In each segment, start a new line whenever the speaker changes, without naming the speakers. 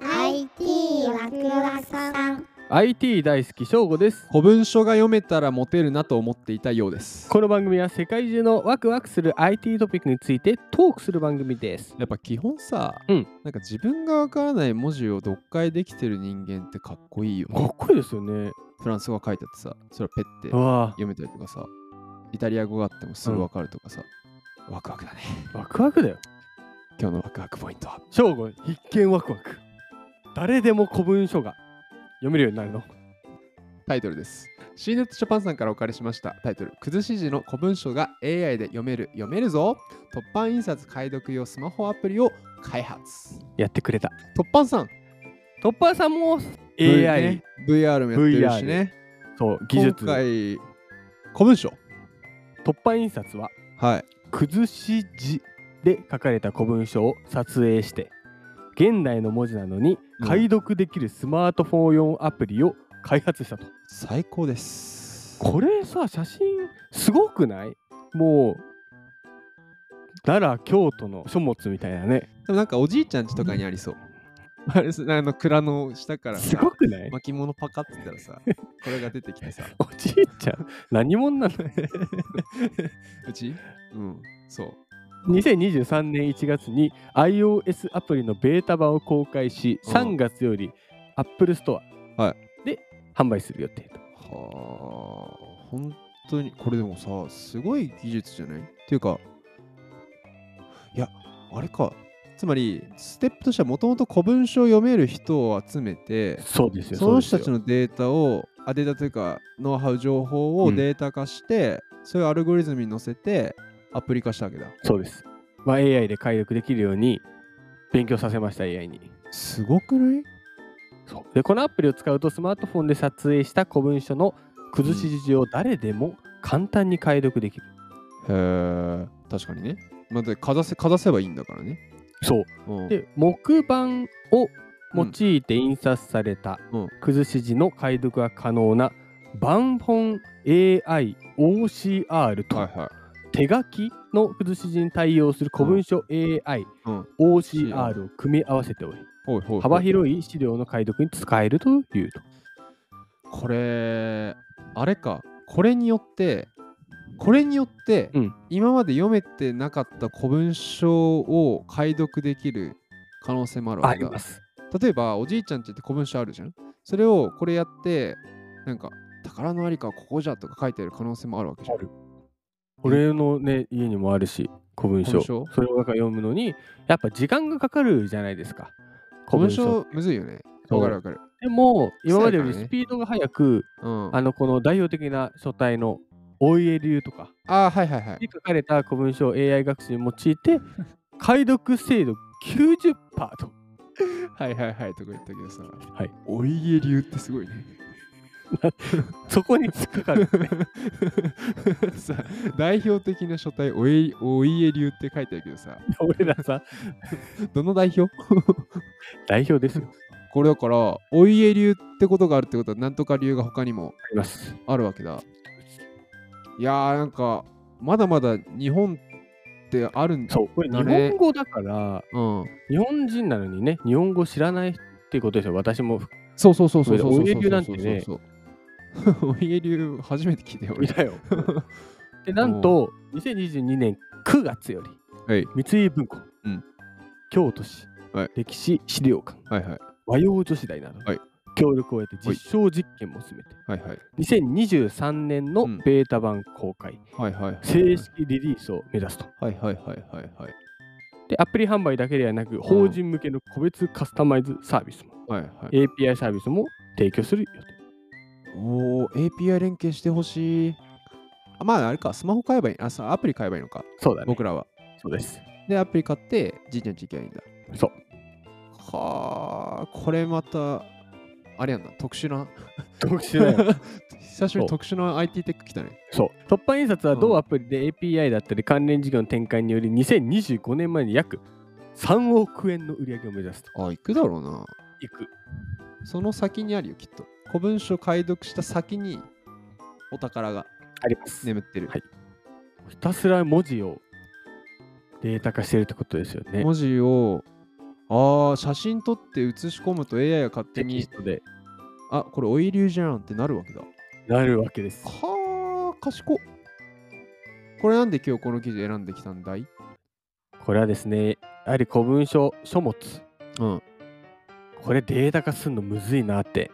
IT ワクワクさん
IT 大好き翔吾です
古文書が読めたらモテるなと思っていたようです
この番組は世界中のワクワクする IT トピックについてトークする番組です
やっぱ基本さ、
うん
なんか自分がわからない文字を読解できてる人間ってかっこいいよ
か
ね
っこいいですよね
フランス語が書いてあってさそれをペッて
わ
読めたりとかさイタリア語があってもすぐわかるとかさ、ワクワクだね
あワクワクだよ
今日のワクワクポイントは
翔吾必見ワクワク誰でも古文書が読めるようになるの
タイトルです。C ネットジャパンさんからお借りしましたタイトル「崩し字の古文書が AI で読める読めるぞ」突版印刷解読用スマホアプリを開発
やってくれた
突版さん
トッパーさんも
V-
AI、
ね VR もやってるしね
そう技術
今
突
回古文書
破印刷は
はい
崩し字で書かれた古文書を撮影して現代の文字なのに
うん
解読できるスマートフォン用アプリを開発したと、
最高です
これさ写真すごくないもう奈良京都の書物みたいなね
でもなんかおじいちゃん家とかにあ りそうあれすあの蔵の下から
す
さ
ごくない
巻物パカって言ったらさこれが出てき てさ
おじいちゃん何者なの
うちうんそう
2023年1月に iOS アプリのベータ版を公開し、
うん
3月より Apple Store
は
で販売する予定と。
はあ本当にこれでもさすごい技術じゃないっていうかいやあれかつまりステップとしてはもともと古文書を読める人を集めて
そうですよ。
その人たち
の
のデータをあデータというかノウハウ情報
う
を
ん
データ化して、そういうアルゴリズムに乗せてアプリ化したわけだ
そうです。まあ、AI で解読できるように勉強させました AI に。
すごくない
そうでこのアプリを使うとスマートフォンで撮影した古文書の崩し字を誰でも簡単に解読できる。
へえ確かにねまあ、でかざせかざせばいいんだからね、
そう
うん
で木版を用いて印刷された
うん
崩し字の解読が可能な版本 AIOCR と
はいはい
手書きの崩し字に対応する古文書
うん
AIOCR を組み合わせており
ほいほいほい
幅広い資料の解読に使えるというと。
これあれかこれによってこれによって、
うん
今まで読めてなかった古文書を解読できる可能性もあるわ
あ
け
り
だ
ます。
例えばおじいちゃんちって古文書あるじゃんそれをこれやってなんか宝のありかはここじゃとか書いてある可能性もあるわけじゃん
ある俺のね家にもあるし古文書
古文書
それを読むのにやっぱ時間がかかるじゃないですか。
古文書むずいよね
そう
わかるわかる
でも今までより
臭いからね
スピードが速く、
うん
あ
あ
のこの代表的な書体のお家流とか
あーはいはいはい
に書かれた古文書を AI 学習に用い て解読精度90%と
はいはいはいとか言ったけどさ
はい
お家流ってすごいね
そこに突っかかる
さ代表的な書体おいお家流って書いてあるけどさ
俺らさ
どの代表
代表ですよあ
これだからお家流ってことがあるってことはなんとか流が他にも
ります
あるわけだいやーなんかまだまだ日本ってあるんだ
そうこれ日
なれ
本語だから
うん
日本人なのにね日本語知らないっていうことですよ私も
そうそうそうそうそうそう
お家流なん
そ
て
うそう
ね
そう お家流初めて聞いたよ
見
俺
たよでなんと2022年9月より
はい
三井文庫、
うん
京都市、
はい
歴史資料館
はいはい
和洋女子大など、
はい
協力を得て実証実験も進めて、
はいはい
2023年の
うん
ベータ版公開、
はいはい
正式リリースを目指すと。
はいはいはいはいはい
で、アプリ販売だけではなく、法人向けの個別カスタマイズサービスも、
はいはい
API サービスも提供する予定。
おお、API 連携してほしい。あまあ、あれか、スマホ買えばいい。あ、さアプリ買えばいいのか、
そうだね。
僕らは。
そうです。
で、アプリ買って、じいちゃんち行きゃいいんだ。
そう。
はあ、これまた、あれやんな、特殊な。
特殊だよ。
久しぶりに特殊な IT テック来たね。
そう。突破印刷は同
うん
アプリで API だったり関連事業の展開により、2025年までに約3億円の売り上げを目指すと。
あ、行くだろうな。
いく。
その先にあるよ、きっと。古文書解読した先に、お宝が
あります。
眠ってる。
はいひたすら文字をデータ化してるってことですよね。
文字を、ああ、写真撮って写し込むと AI が勝手
テキ
に
ス、トで
あ、これオイリューじゃんってなるわけだ。
なるわけです。
はあ、賢っこれなんで今日この記事選んできたんだい
これはですね、やはり古文書、書物、
うん。
これデータ化するのむずいなって、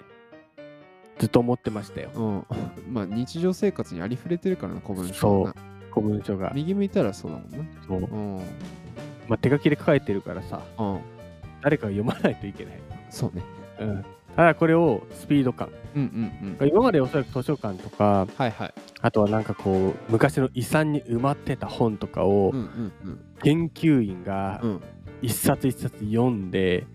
ずっと思ってましたよ。
うん。まあ日常生活にありふれてるからな、古文書はな。
古文書が。
右向いたらそうだもんね。
そう
うん。
まあ、手書きで書かれてるからさ、
うん。
誰かが読まないといけない。
そうね。
うん、ただこれをスピード感。
うんうんうん。
今までおそらく図書館とか、
はいはい。
あとはなんかこう、昔の遺産に埋まってた本とかを
うん、うんうん。
研究員が
うん、
一冊一冊読んで、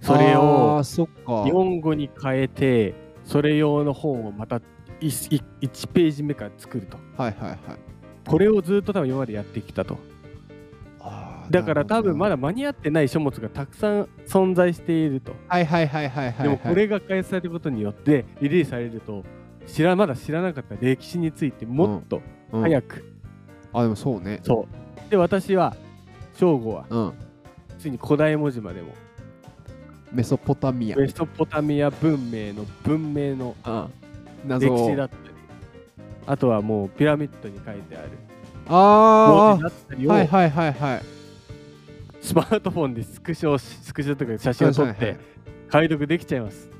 それを
あーそっか
日。本語に変えてそれ用の本をまた 1, ページ目から作ると
はいはいはい。
これをずっと多分今までやってきたと
あー
だから多分ま。
なる
だ間に合ってない書物がたくさん存在していると、
ほどはいはいはいはいはいは
で
い。
もこれが開催されることによってリリースされると知らまだ知らなかった歴史についてもっと
うん、
早く、
あ、でもそうね。
そうで私は正吾は
うん。
ついに古代文字までも
メソポタミア。
メソポタミア文明の文明の
謎
歴
を
史だったりあとはもうピラミッドに書いてある文
あ
字だったり
あ。
を
はいはいはいはい。
スマートフォンでスクショをしスクショとか写真を撮っ
はいはい
て解読できちゃいます。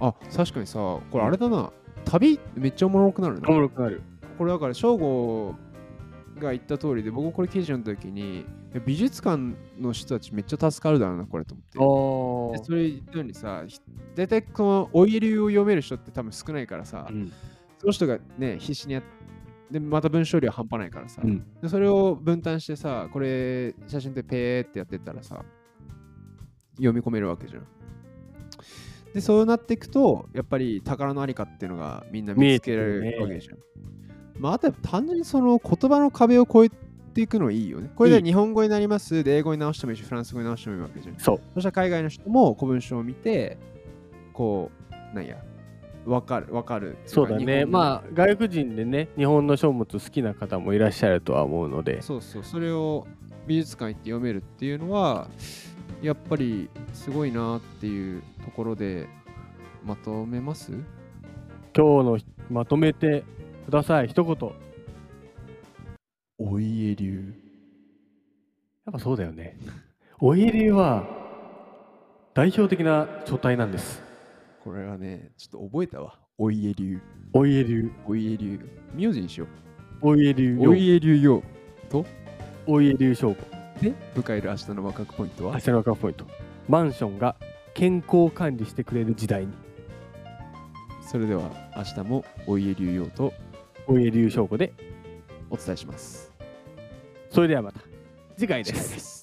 あ、確かにさ、これあれだな。旅めっちゃおもろくなるな。
おもろくなる。
これだから、省吾が言った通りで、僕これ記事の時に、いや美術館の人たちめっちゃ助かるだろうな、これと思っ
お
て。でそれ言ったようにさ、ひ大体このオイルを読める人って多分少ないからさ、
うん、
その人がね、必死にやっで、また文章量半端ないからさ、
うん
でそれを分担してさ、これ写真でペーってやってったらさ、読み込めるわけじゃん。で、そうなっていくと、やっぱり宝のありかっていうのがみんな見つけられ
見えて
る
く
わ
るね
けじゃん。まあ、あとやっぱ単純にその言葉の壁を越えていくのいいよね。これ
い
で
い
日本語になります、で英語に直してもいいし、フランス語に直してもいいわけじゃん。
そう。
そしたら海外の人も古文書を見て、こう、なんや、わかる、わかる。
そうだね。
あ
まあ外国人でね、日本の書物好きな方もいらっしゃるとは思うので、
そうそう、それを美術館行って読めるっていうのは、やっぱりすごいなっていうところでまとめます
今日のまとめてください。一言。や
お家流。
っぱそうだよね。お家流は代表的な書体なんです。
これはね、ちょっと覚えたわ。お家流。
お家流、
お家流。名字にしよ
お家流
う。お家流よ。
お家流証拠。
で、迎える明日のワクワクポイント
明
は
日のワクワクポイント。マンションが健康を管理してくれる時代に。
それでは明日もお家流よと
お家流証拠で
お伝えします。
それではまた次回です。
す。